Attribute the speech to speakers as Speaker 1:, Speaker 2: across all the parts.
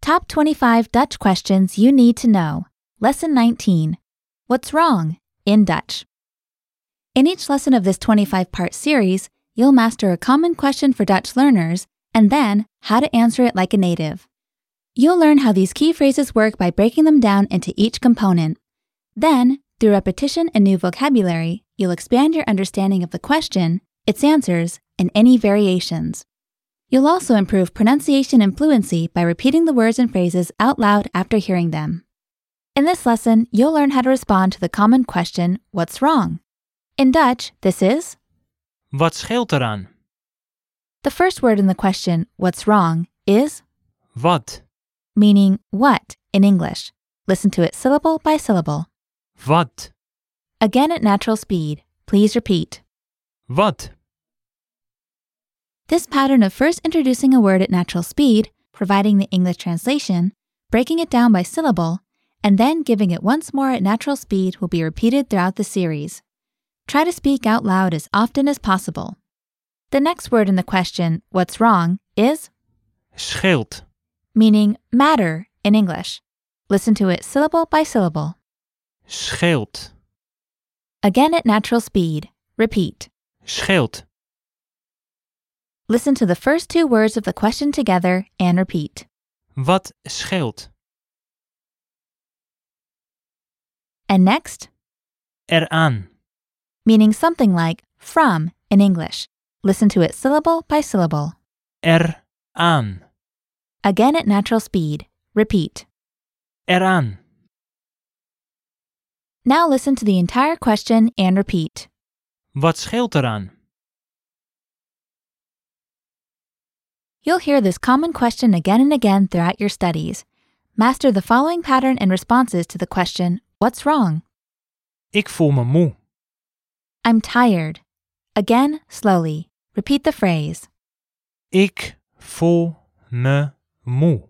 Speaker 1: Top 25 Dutch questions you need to know. Lesson 19 What's wrong in Dutch? In each lesson of this 25 part series, you'll master a common question for Dutch learners and then how to answer it like a native. You'll learn how these key phrases work by breaking them down into each component. Then, through repetition and new vocabulary, you'll expand your understanding of the question, its answers, and any variations. You'll also improve pronunciation and fluency by repeating the words and phrases out loud after hearing them. In this lesson, you'll learn how to respond to the common question, What's wrong? In Dutch, this is
Speaker 2: Wat scheelt eraan?
Speaker 1: the first word in the question, What's wrong? is
Speaker 2: Wat,
Speaker 1: meaning what in English. Listen to it syllable by syllable.
Speaker 2: wat,
Speaker 1: Again at natural speed. Please repeat.
Speaker 2: wat,
Speaker 1: This pattern of first introducing a word at natural speed, providing the English translation, breaking it down by syllable, and then giving it once more at natural speed will be repeated throughout the series. Try to speak out loud as often as possible. The next word in the question, what's wrong, is
Speaker 2: scheelt,
Speaker 1: meaning matter in English. Listen to it syllable by syllable.
Speaker 2: scheelt,
Speaker 1: Again at natural speed. Repeat.
Speaker 2: scheelt,
Speaker 1: Listen to the first two words of the question together and repeat.
Speaker 2: wat scheelt
Speaker 1: And next,
Speaker 2: eraan?
Speaker 1: meaning something like from in English. Listen to it syllable by syllable.
Speaker 2: Eraan,
Speaker 1: Again at natural speed. Repeat.
Speaker 2: eraan,
Speaker 1: Now listen to the entire question and repeat.
Speaker 2: wat scheelt eraan?
Speaker 1: You'll hear this common question again and again throughout your studies. Master the following pattern and responses to the question, What's wrong?
Speaker 2: Ik voel me moe.
Speaker 1: I'm tired. Again, slowly. Repeat the phrase.
Speaker 2: Ik voel me moe.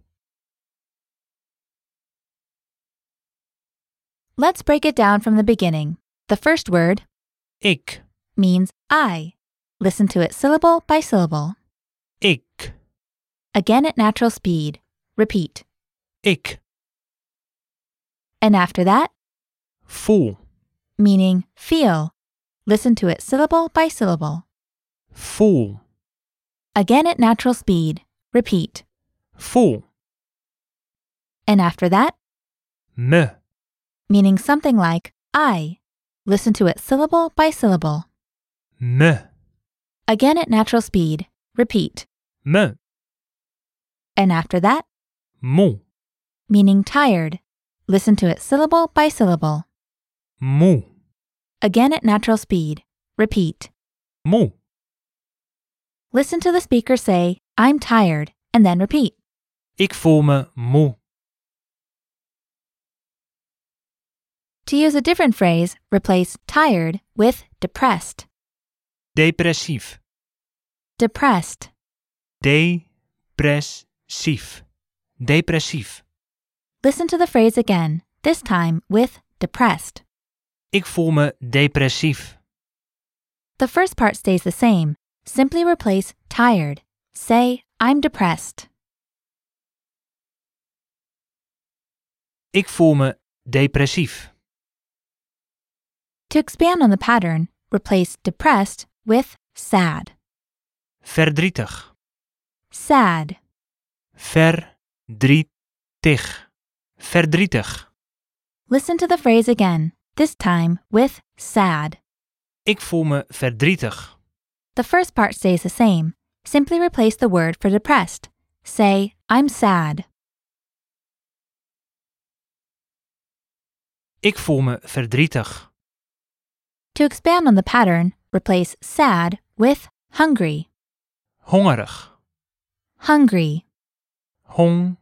Speaker 1: Let's break it down from the beginning. The first word
Speaker 2: Ik,
Speaker 1: means I. Listen to it syllable by syllable.
Speaker 2: ik,
Speaker 1: Again at natural speed. Repeat.
Speaker 2: ik
Speaker 1: And after that,
Speaker 2: voel,
Speaker 1: meaning feel. Listen to it syllable by syllable.
Speaker 2: voel,
Speaker 1: Again at natural speed. Repeat.
Speaker 2: voel
Speaker 1: And after that,
Speaker 2: me,
Speaker 1: meaning something like I. Listen to it syllable by syllable.
Speaker 2: me,
Speaker 1: Again at natural speed. Repeat.
Speaker 2: me,
Speaker 1: And after that,
Speaker 2: moe,
Speaker 1: meaning tired. Listen to it syllable by syllable.
Speaker 2: moe,
Speaker 1: Again at natural speed. Repeat.
Speaker 2: moe.
Speaker 1: Listen to the speaker say, I'm tired, and then repeat.
Speaker 2: Ik voel me moe.
Speaker 1: To use a different phrase, replace tired with depressed.
Speaker 2: Depressief.
Speaker 1: Depressed.
Speaker 2: Depressief. Depressief.
Speaker 1: Listen to the phrase again, this time with depressed.
Speaker 2: Ik voel me depressief.
Speaker 1: The first part stays the same. Simply replace tired. Say, I'm depressed.
Speaker 2: Ik voel me depressief.
Speaker 1: To expand on the pattern, replace depressed with sad.
Speaker 2: Verdrietig.
Speaker 1: Sad.
Speaker 2: Verdrietig. Verdrietig.
Speaker 1: Listen to the phrase again, this time with sad.
Speaker 2: Ik voel me verdrietig.
Speaker 1: The first part stays the same. Simply replace the word for depressed. Say, I'm sad.
Speaker 2: Ik voel me verdrietig.
Speaker 1: To expand on the pattern, replace sad with hungry.
Speaker 2: Hongerig.
Speaker 1: Hungry.
Speaker 2: Hongerig.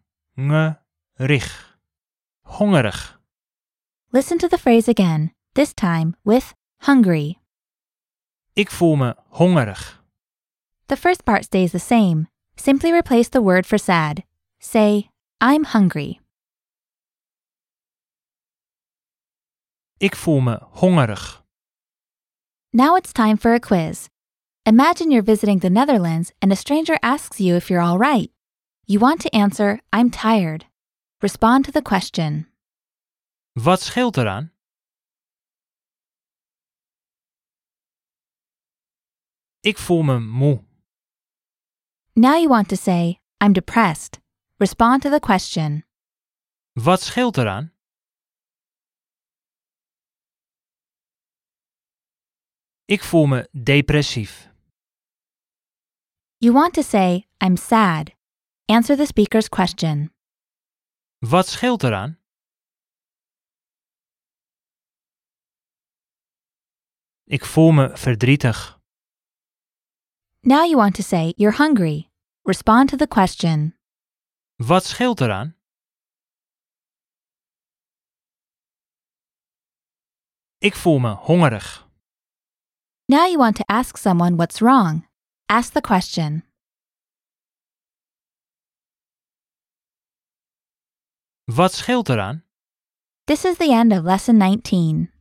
Speaker 2: Hongerig.
Speaker 1: Listen to the phrase again, this time with hungry.
Speaker 2: Ik voel me hongerig.
Speaker 1: The first part stays the same. Simply replace the word for sad. Say, I'm hungry.
Speaker 2: Ik voel me hongerig.
Speaker 1: Now it's time for a quiz. Imagine you're visiting the Netherlands and a stranger asks you if you're all right. You want to answer, I'm tired. Respond to the question.
Speaker 2: Wat scheelt eraan? Ik voel me moe.
Speaker 1: Now you want to say, I'm depressed. Respond to the question.
Speaker 2: Wat scheelt eraan? Ik voel me depressief.
Speaker 1: You want to say, I'm sad. Answer the speaker's question.
Speaker 2: Wat scheelt eraan? Ik voel me verdrietig.
Speaker 1: Now you want to say, You're hungry. Respond to the question.
Speaker 2: Wat scheelt eraan? Ik voel me hongerig.
Speaker 1: Now you want to ask someone what's wrong. Ask the question.
Speaker 2: Wat scheelt eraan?
Speaker 1: This is the end of lesson 19.